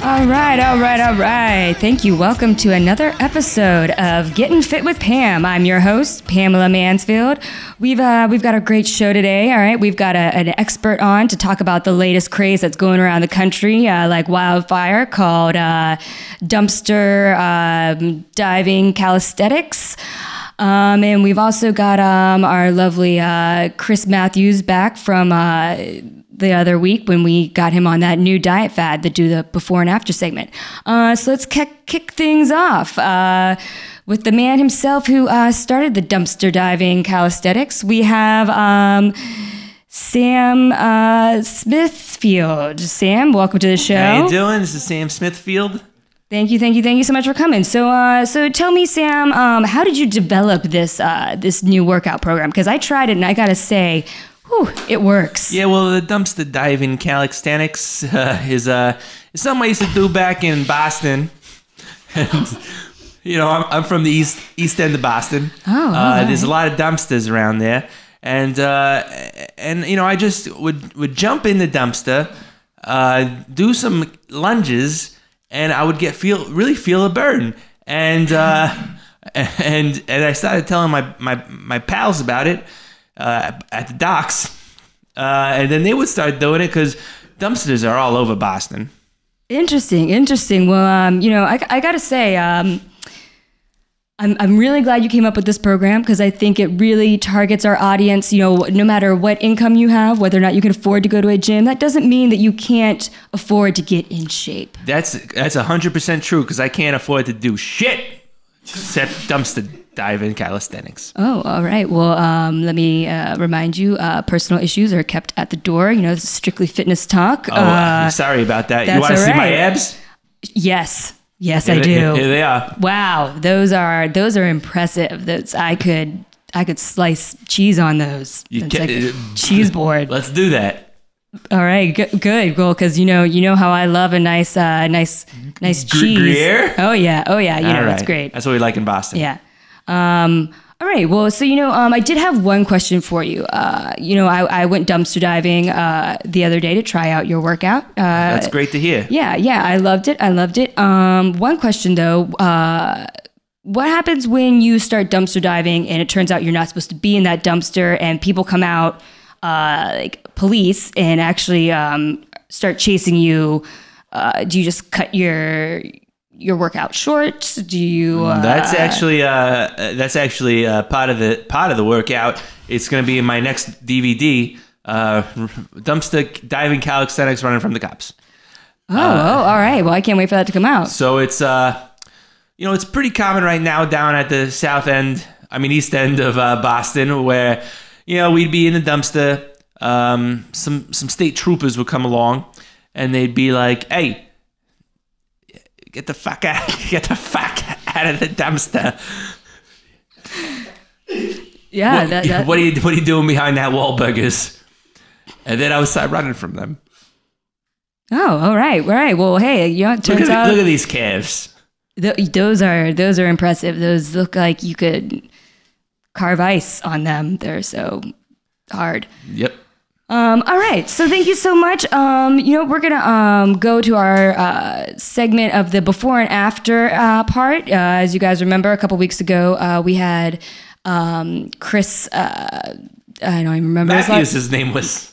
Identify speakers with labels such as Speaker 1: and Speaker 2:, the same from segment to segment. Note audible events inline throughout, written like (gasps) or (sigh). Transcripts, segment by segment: Speaker 1: All right, all right, all right. Thank you. Welcome to another episode of Getting Fit with Pam. I'm your host, Pamela Mansfield. We've uh, we've got a great show today. All right, we've got a, an expert on to talk about the latest craze that's going around the country, uh, like wildfire, called uh, dumpster um, diving calisthenics. Um, and we've also got um, our lovely uh, Chris Matthews back from uh, the other week when we got him on that new diet fad that do the before and after segment. Uh, so let's kick, kick things off uh, with the man himself who uh, started the dumpster diving calisthenics. We have um, Sam uh, Smithfield. Sam, welcome to the show.
Speaker 2: How you doing? This is Sam Smithfield.
Speaker 1: Thank you, thank you, thank you so much for coming. So, uh, so tell me, Sam, um, how did you develop this uh, this new workout program? Because I tried it and I gotta say, whew, it works.
Speaker 2: Yeah, well, the dumpster diving calisthenics (laughs) uh, is uh, is something I used to do back in Boston. And, you know, I'm, I'm from the east east end of Boston.
Speaker 1: Oh, all
Speaker 2: uh, there's
Speaker 1: right.
Speaker 2: a lot of dumpsters around there, and uh, and you know, I just would would jump in the dumpster, uh, do some lunges, and I would get feel really feel a burn, and uh, (laughs) and and I started telling my my my pals about it uh, at the docks, uh, and then they would start doing it because dumpsters are all over Boston.
Speaker 1: Interesting, interesting. Well, um, you know, I, I gotta say, um, I'm, I'm really glad you came up with this program because I think it really targets our audience. You know, no matter what income you have, whether or not you can afford to go to a gym, that doesn't mean that you can't afford to get in shape.
Speaker 2: That's that's hundred percent true because I can't afford to do shit except dumpster diving calisthenics.
Speaker 1: Oh, all right. Well, um, let me uh, remind you uh, personal issues are kept at the door. You know, this is strictly fitness talk.
Speaker 2: Oh,
Speaker 1: uh,
Speaker 2: sorry about that.
Speaker 1: that's
Speaker 2: You want to see my
Speaker 1: alright.
Speaker 2: abs?
Speaker 1: yes. Yes, I
Speaker 2: Here-
Speaker 1: do.
Speaker 2: Here they are.
Speaker 1: Wow, those are those are impressive. Those I could I could slice cheese on those.
Speaker 2: You
Speaker 1: It's
Speaker 2: ca-
Speaker 1: like a
Speaker 2: uh,
Speaker 1: cheese board.
Speaker 2: Let's do that.
Speaker 1: All right, good, good, cool. Because you know you know how I love a nice uh, nice nice
Speaker 2: Gr-
Speaker 1: cheese.
Speaker 2: Gruyere?
Speaker 1: Oh yeah, oh yeah. You know
Speaker 2: All
Speaker 1: that's
Speaker 2: right.
Speaker 1: great.
Speaker 2: That's what we like in Boston.
Speaker 1: Yeah. Um, all right. Well, so you know, um, I did have one question for you. Uh, you know, I, I went dumpster diving uh, the other day to try out your workout. Uh,
Speaker 2: That's great to hear.
Speaker 1: yeah, yeah, I loved it. I loved it. Um, one question though, uh, what happens when you start dumpster diving and it turns out you're not supposed to be in that dumpster and people come out, uh, like police, and actually um, start chasing you? Uh, do you just cut your your workout short? Do you? Uh,
Speaker 2: That's actually uh, uh, that's actually uh, part of the part of the workout. It's going to be in my next DVD. Uh, dumpster diving calisthenics running from the cops.
Speaker 1: Oh,
Speaker 2: Mm, uh,
Speaker 1: oh, all right. Well, I can't wait for that to come out.
Speaker 2: So it's uh, you know, it's pretty common right now down at the south end. I mean, east end of uh, Boston, where you know we'd be in the dumpster. Um, some some state troopers would come along, and they'd be like, "Hey, get the fuck out! (laughs) Get the fuck out of the dumpster!
Speaker 1: Yeah,
Speaker 2: what,
Speaker 1: that,
Speaker 2: (laughs)
Speaker 1: that,
Speaker 2: what are you What are you doing behind that wall, burgers?" And then I would start running from them.
Speaker 1: Oh, all right, all right. Well, hey, you know, it
Speaker 2: Look
Speaker 1: turns
Speaker 2: at,
Speaker 1: out
Speaker 2: the- look at these calves.
Speaker 1: th- those are those are impressive. Those look like you could carve ice on them. They're so hard.
Speaker 2: Yep.
Speaker 1: Um, all right, so thank you so much. Um, you know, we're gonna um, go to our uh, segment of the before and after uh, part. Uh, as you guys remember, a couple weeks ago, uh, we had um, Chris. Uh, I don't even remember. his
Speaker 2: Matthews,
Speaker 1: last-
Speaker 2: his name was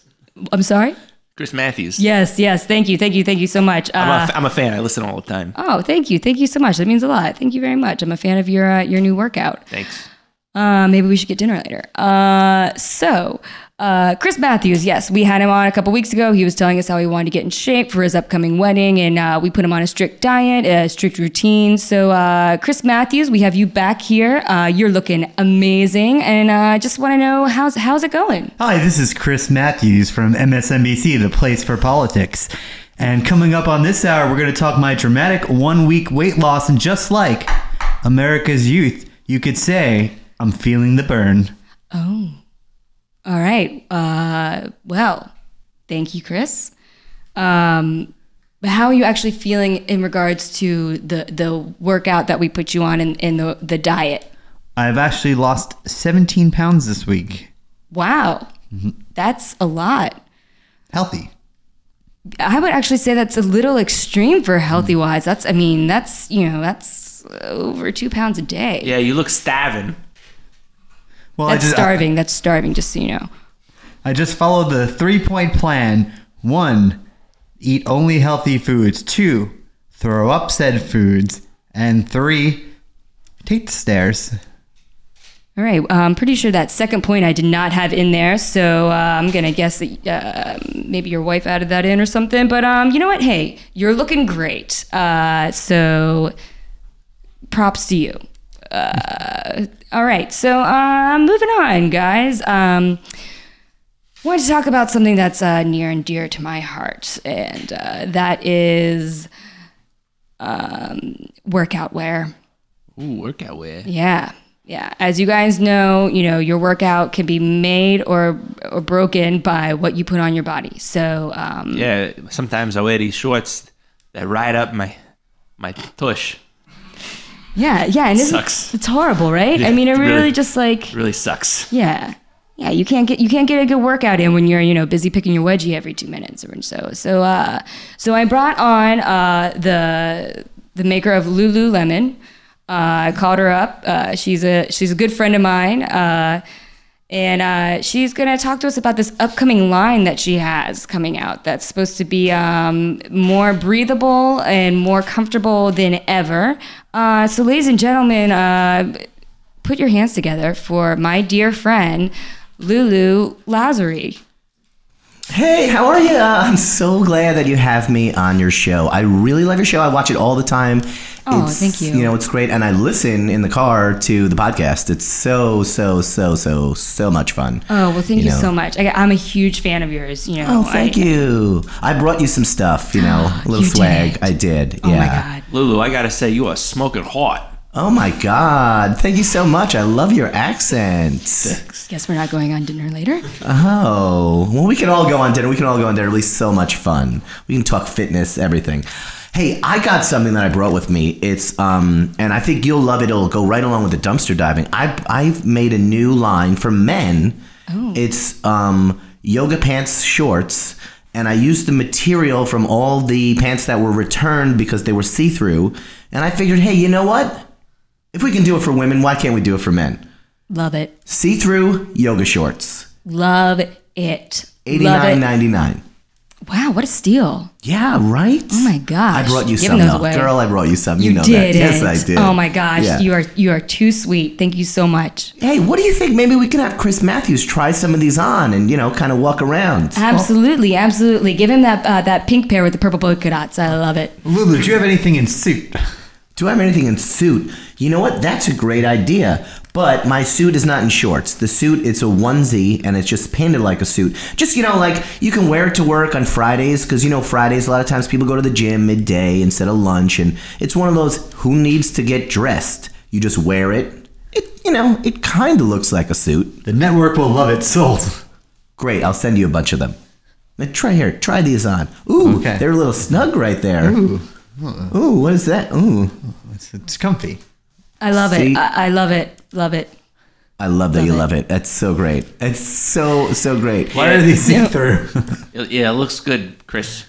Speaker 1: I'm sorry.
Speaker 2: Chris Matthews.
Speaker 1: Yes, yes. Thank you, thank you, thank you so much.
Speaker 2: I'm,
Speaker 1: Uh,
Speaker 2: a, f- I'm a fan. I listen all the time.
Speaker 1: oh, thank you, thank you so much. That means a lot. Thank you very much. I'm a fan of your uh, your new workout.
Speaker 2: Thanks.
Speaker 1: Uh, maybe we should get dinner later. Uh, so, uh, Chris Matthews, yes, we had him on a couple weeks ago. He was telling us how he wanted to get in shape for his upcoming wedding, and uh, we put him on a strict diet, a strict routine. So, uh, Chris Matthews, we have you back here. Uh, you're looking amazing, and uh, just want to know how's how's it going?
Speaker 3: Hi, this is Chris Matthews from MSNBC, the place for politics. And coming up on this hour, we're going to talk my dramatic one week weight loss. And just like America's youth, you could say, I'm feeling the burn.
Speaker 1: All right. Uh, well, thank you, Chris. Um, but how are you actually feeling in regards to the the workout that we put you on and, and the the diet?
Speaker 3: I've actually lost 17 pounds this week. Mm-hmm.
Speaker 1: Wow, that's a lot.
Speaker 3: Healthy.
Speaker 1: I would actually say that's a little extreme for
Speaker 3: Mm-hmm.
Speaker 1: healthy wise. That's, I mean, that's, you know, that's over two pounds a day.
Speaker 2: Yeah, you look starving.
Speaker 3: Well,
Speaker 1: That's
Speaker 3: I just,
Speaker 1: starving. that's starving, just so you know.
Speaker 3: I just followed the three point plan. One, eat only healthy foods. Two, throw up said foods. And three, take the stairs.
Speaker 1: All right. uh, I'm pretty sure that second point I did not have in there, so uh, I'm gonna guess that uh, maybe your wife added that in or something. But um, you know what? Hey, you're looking great. Uh, so props to you. Uh, all right. So uh, moving on, guys. Um, wanted to talk about something that's uh, near and dear to my heart, and uh, that is um, workout wear.
Speaker 2: Ooh, workout wear.
Speaker 1: Yeah. Yeah. As you guys know, you know, your workout can be made or or broken by what you put on your body. So um
Speaker 2: Yeah, sometimes I wear these shorts that ride up my my tush.
Speaker 1: yeah, yeah, and
Speaker 2: Sucks.
Speaker 1: it's it's horrible, right? I
Speaker 2: Yeah,
Speaker 1: mean it
Speaker 2: it's
Speaker 1: really,
Speaker 2: really-
Speaker 1: just like
Speaker 2: Really sucks.
Speaker 1: yeah. Yeah, you can't get you can't get a good workout in when you're, you know, busy picking your wedgie every two minutes or so. So uh so I brought on uh the the maker of Lululemon. Uh, I called her up. Uh, she's a she's a good friend of mine. Uh And uh, she's going to talk to us about this upcoming line that she has coming out that's supposed to be um, more breathable and more comfortable than ever. Uh, so, ladies and gentlemen, uh, put your hands together for my dear friend, Lulu Lazari.
Speaker 4: Hey, how are you? I'm so glad that you have me on your show. I really love your show. I watch it all the time.
Speaker 1: Oh,
Speaker 4: It's-
Speaker 1: thank you.
Speaker 4: You know, it's great. And I listen in the car to the podcast. It's so, so, so, so, so much fun.
Speaker 1: Oh, well, thank you,
Speaker 4: know.
Speaker 1: so much. I, I'm a huge fan of yours. You know,
Speaker 4: Oh, thank
Speaker 1: I-
Speaker 4: you. I brought you some stuff, you
Speaker 1: (gasps)
Speaker 4: know, a little
Speaker 1: You
Speaker 4: swag.
Speaker 1: did.
Speaker 4: I did.
Speaker 1: Oh,
Speaker 4: yeah.
Speaker 1: my God.
Speaker 2: Lulu, I gotta say, you are smoking hot.
Speaker 4: Oh my god. Thank you so much. I love your
Speaker 1: (laughs)
Speaker 4: accent.
Speaker 1: Guess we're not going on dinner later.
Speaker 4: Oh, well, we can all go on dinner. We can all go on dinner. It'll be so much fun. We can talk fitness, everything. Hey, I got something that I brought with me. It's um, and I think you'll love it. It'll go right along with the dumpster diving. I I've made a new line for men.
Speaker 1: Oh.
Speaker 4: It's um, yoga pants shorts, and I used the material from all the pants that were returned because they were see through. And I figured, hey, you know what? If we can do it for women, why can't we do it for men?
Speaker 1: Love it.
Speaker 4: See through yoga shorts,
Speaker 1: Love it.
Speaker 4: eighty
Speaker 1: Love it.
Speaker 4: nine ninety nine.
Speaker 1: Wow, what a steal.
Speaker 4: Yeah, right.
Speaker 1: Oh my gosh.
Speaker 4: I brought you
Speaker 1: Giving
Speaker 4: some,
Speaker 1: those
Speaker 4: though.
Speaker 1: away.
Speaker 4: girl. I brought you some. You, know
Speaker 1: did
Speaker 4: that. Yes,
Speaker 1: it.
Speaker 4: I did.
Speaker 1: Oh my gosh,
Speaker 4: Yeah.
Speaker 1: you are you are too sweet. Thank you so much.
Speaker 4: Hey, what do you think? Maybe we can have Chris Matthews try some of these on and you know, kind of walk around.
Speaker 1: Absolutely, absolutely. Give him that uh, that pink pair with the purple polka dots. I love it.
Speaker 3: Lulu, do you have anything in suit?
Speaker 4: Do I have anything in suit? You know what? That's a great idea. But my suit is not in shorts. The suit, it's a onesie and it's just painted like a suit. Just, you know, like you can wear it to work on Fridays because, you know, Fridays, a lot of times people go to the gym midday instead of lunch. And it's one of those who needs to get dressed? You just wear it. It, you know, it kind of looks like a suit.
Speaker 3: The network will love it. Sold.
Speaker 4: Great, I'll send you a bunch of them. Now, Try here, try these on. Ooh,
Speaker 3: Okay.
Speaker 4: they're a little snug right there. Ooh, Ooh what is that? Ooh,
Speaker 3: It's, it's comfy.
Speaker 1: I love
Speaker 4: See?
Speaker 1: it. I, I love it. Love it.
Speaker 4: I love that you
Speaker 1: Love it.
Speaker 4: love it. That's so great. It's so so great.
Speaker 3: Why are they see through?
Speaker 2: It- yeah, it looks good, Chris.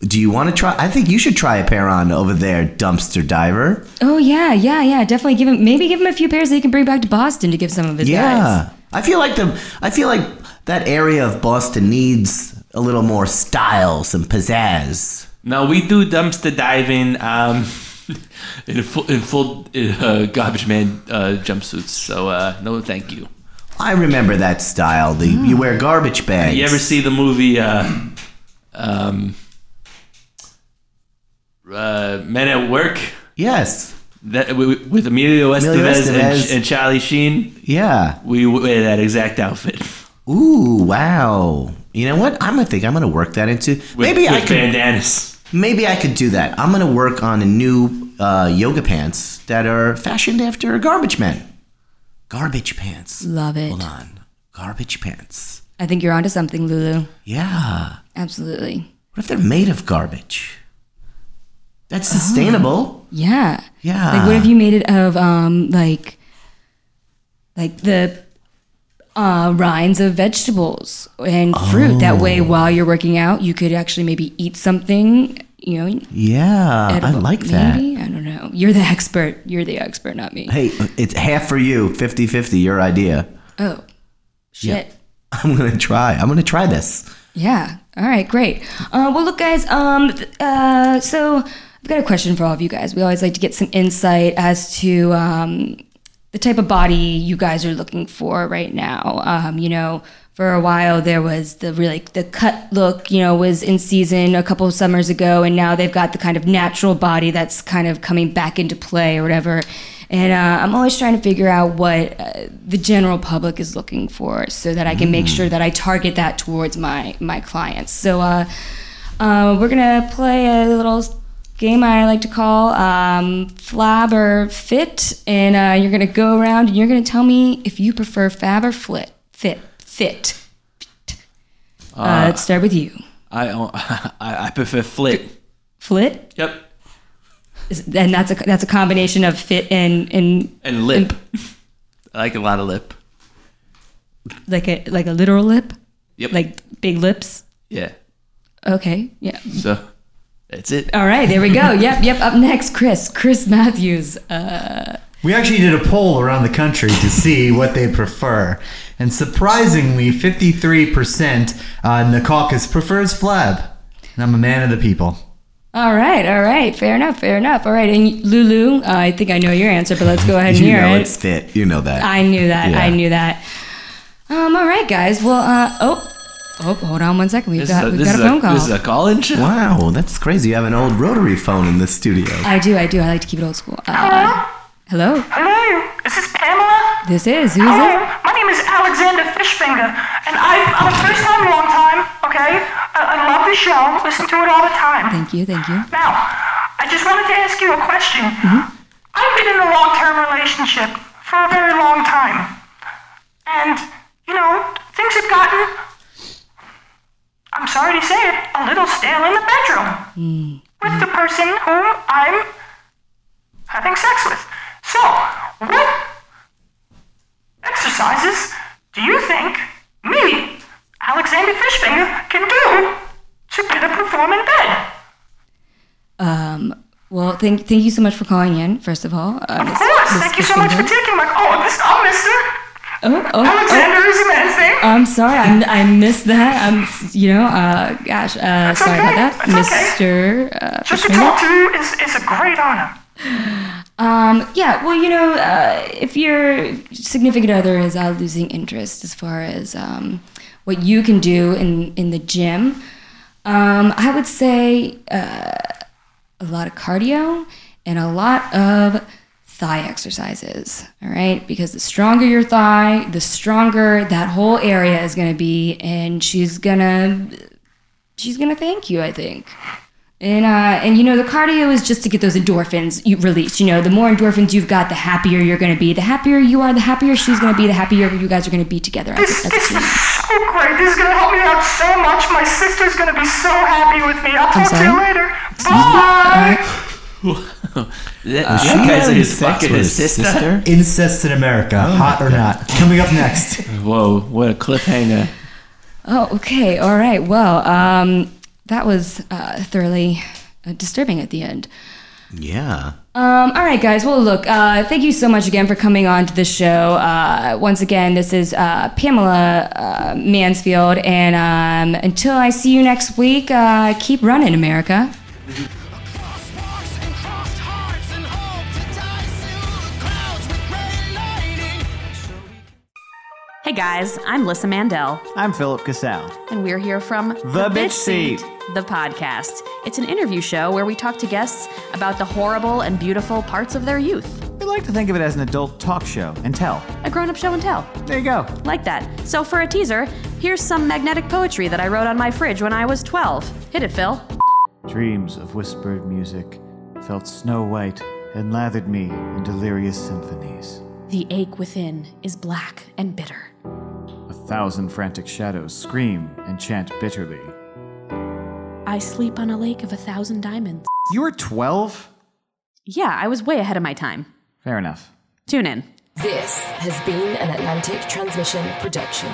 Speaker 4: Do you want to try? I think you should try a pair on over there, dumpster diver.
Speaker 1: Oh yeah, yeah, yeah. Definitely give him. Maybe give him a few pairs that he can bring back to Boston to give some of his guys.
Speaker 4: Yeah, I feel like the I feel like that area of Boston needs a little more style, some pizzazz.
Speaker 2: No, we do dumpster diving um, (laughs) in full, in full uh, garbage man uh, jumpsuits. So uh, no, thank you.
Speaker 4: I remember that style. The
Speaker 1: Mm.
Speaker 4: you wear garbage bags.
Speaker 2: You ever see the movie uh, um, uh, Men at Work
Speaker 4: Yes.
Speaker 2: that wi- wi- with Emilio Estevez,
Speaker 4: Emilio
Speaker 2: And,
Speaker 4: Estevez.
Speaker 2: and Charlie Sheen?
Speaker 4: Yeah.
Speaker 2: We wear that exact outfit.
Speaker 4: Ooh, wow. You know what? I'm gonna think I'm gonna work that into
Speaker 2: With,
Speaker 4: maybe I
Speaker 2: with
Speaker 4: could
Speaker 2: bandanas.
Speaker 4: maybe I could do that. I'm gonna work on a new uh, yoga pants that are fashioned after garbage men. Garbage pants.
Speaker 1: Love it.
Speaker 4: Hold on. Garbage pants.
Speaker 1: I think you're onto something, Lulu.
Speaker 4: Yeah.
Speaker 1: Absolutely.
Speaker 4: What if they're made of garbage? That's
Speaker 1: Oh.
Speaker 4: sustainable.
Speaker 1: Yeah.
Speaker 4: Yeah.
Speaker 1: Like what if you made it of um like like the uh, rinds of vegetables and fruit. That way,
Speaker 4: Oh.
Speaker 1: while you're working out, you could actually maybe eat something. You know,
Speaker 4: Yeah, I
Speaker 1: edible,
Speaker 4: like that.
Speaker 1: Maybe I don't know. You're the (laughs) expert. You're the expert, not me.
Speaker 4: Hey, it's half for you, 50-50, your idea.
Speaker 1: Oh, shit.
Speaker 4: I'm gonna try. I'm gonna try this.
Speaker 1: Yeah. All right. Great. Uh, well, look, guys. Um. th- Uh. So I've got a question for all of you guys. We always like to get some insight as to um, the type of body you guys are looking for right now. Um. You know. For a while, there was the really the cut look, you know, was in season a couple of summers ago, and now they've got the kind of natural body that's kind of coming back into play or whatever. And uh, I'm always trying to figure out what uh, the general public is looking for, so that I can make sure that I target that towards my my clients. So uh, uh, we're gonna play a little game I like to call um, Flab or Fit, and uh, you're gonna go around and you're gonna tell me if you prefer Fab or Flit, Fit, Fit. Uh, let's start with you.
Speaker 2: I uh, (laughs) I, I prefer flit.
Speaker 1: Flit,
Speaker 2: Yep.
Speaker 1: Is- and that's a that's a combination of fit and and
Speaker 2: And lip. (laughs) I like a lot of lip.
Speaker 1: like a like a literal lip,
Speaker 2: Yep.
Speaker 1: like big lips.
Speaker 2: yeah.
Speaker 1: Okay. Yeah.
Speaker 2: So that's it.
Speaker 1: All right. There we go. Yep. Yep. Up next, Chris. Chris Matthews.
Speaker 3: We actually did a poll around the country to see what they prefer. And surprisingly, 53% on the caucus prefers flab. And I'm a man of the people.
Speaker 1: All right. All right. Fair enough. Fair enough. All right. And Lulu, uh, I think I know your answer, but let's go ahead and
Speaker 4: you
Speaker 1: hear
Speaker 4: know
Speaker 1: it.
Speaker 4: it's fit. You know that.
Speaker 1: I knew that. I
Speaker 4: Yeah.
Speaker 1: knew that. Um. All right, guys. Well. Uh. Oh. Oh. Hold on one second. We've
Speaker 2: This,
Speaker 1: got
Speaker 2: is, a,
Speaker 1: we've
Speaker 2: this,
Speaker 1: got
Speaker 2: is,
Speaker 1: a phone
Speaker 2: a,
Speaker 1: call.
Speaker 2: this is a call-in show.
Speaker 4: wow, that's crazy. You have an old rotary phone in this studio.
Speaker 1: I do. I do. I like to keep it old school. Uh, hello.
Speaker 5: Hello, is this Pamela?
Speaker 1: This is who is
Speaker 5: Hello,
Speaker 1: this?
Speaker 5: my name is Alexander Fishfinger, and I, I'm a first time, long time, okay? I, I love the show, listen to it all the time.
Speaker 1: Thank you. Thank you.
Speaker 5: Now, I just wanted to ask you a question. I've been in a long term relationship for a very long time, and, you know, things have gotten, I'm sorry to say it, a little stale in the bedroom with the person whom I'm having sex with. So, what exercises do you think me, Alexander Fishfinger, can do to better perform in bed?
Speaker 1: Um. Well, thank thank you so much for calling in. First of all. Uh,
Speaker 5: Of course, thank you so much for taking my call. This, oh, Mister
Speaker 1: Oh. Oh. oh.
Speaker 5: Alexander is a man's name.
Speaker 1: I'm sorry, I'm, I missed that. I'm, you know, uh, gosh, uh, sorry
Speaker 5: okay,
Speaker 1: about that,
Speaker 5: it's okay.
Speaker 1: Mister. Uh,
Speaker 5: Just to
Speaker 1: Fishman.
Speaker 5: talk to you is, is a great honor.
Speaker 1: um, yeah, well, you know, uh, if your significant other is uh, losing interest as far as um, what you can do in in the gym, um, I would say uh, a lot of cardio and a lot of thigh exercises. All right, because the stronger your thigh, the stronger that whole area is going to be, and she's gonna she's gonna thank you. I think. And uh, and you know the cardio is just to get those endorphins you released. You know the more endorphins you've got, the happier you're going to be. The happier you are, the happier she's going to be. The happier you guys are going to be together as,
Speaker 5: This,
Speaker 1: a- as
Speaker 5: this
Speaker 1: a team.
Speaker 5: is (laughs) so great. This is going to help me out so much. My sister's going to be so happy with me. I'll talk to you
Speaker 1: sorry?
Speaker 5: later.
Speaker 1: All
Speaker 5: Bye.
Speaker 1: right.
Speaker 2: That,
Speaker 4: She
Speaker 2: that guy's
Speaker 4: having
Speaker 2: his
Speaker 4: sex
Speaker 2: fucking
Speaker 4: with
Speaker 2: his sister.
Speaker 4: sister?
Speaker 3: Incest in America,
Speaker 4: Oh
Speaker 3: hot or not. Coming up next.
Speaker 2: Whoa, what a cliffhanger.
Speaker 1: Oh, okay. All right. Well, um, that was uh, thoroughly uh, disturbing at the end.
Speaker 4: Yeah.
Speaker 1: Um, all right, guys. Well, look, uh, thank you so much again for coming on to the show. Uh, once again, this is uh, Pamela uh, Mansfield. And um, until I see you next week, uh, keep running, America.
Speaker 6: Crossed sparks and crossed hearts and hope to die through the clouds with red lightning. So we can-
Speaker 7: Hey guys, I'm Lissa Mandel,
Speaker 8: I'm Philip Casale.
Speaker 7: and we're here from
Speaker 8: The Bitch Seat.
Speaker 7: the podcast. It's an interview show where we talk to guests about the horrible and beautiful parts of their youth.
Speaker 8: We like to think of it as an adult talk show and tell.
Speaker 7: A grown up show and tell,
Speaker 8: There you go.
Speaker 7: like that. So, for a teaser, here's some magnetic poetry that I wrote on my fridge when I was 12. Hit it, Phil.
Speaker 8: Dreams of whispered music felt snow white and lathered me in delirious symphonies.
Speaker 7: The ache within is black and bitter.
Speaker 8: A thousand frantic shadows scream and chant bitterly.
Speaker 7: I sleep on a lake of a thousand diamonds.
Speaker 8: You were 12?
Speaker 7: Yeah, I was way ahead of my time.
Speaker 8: Fair enough.
Speaker 7: Tune in.
Speaker 8: This has been an Atlantic Transmission production.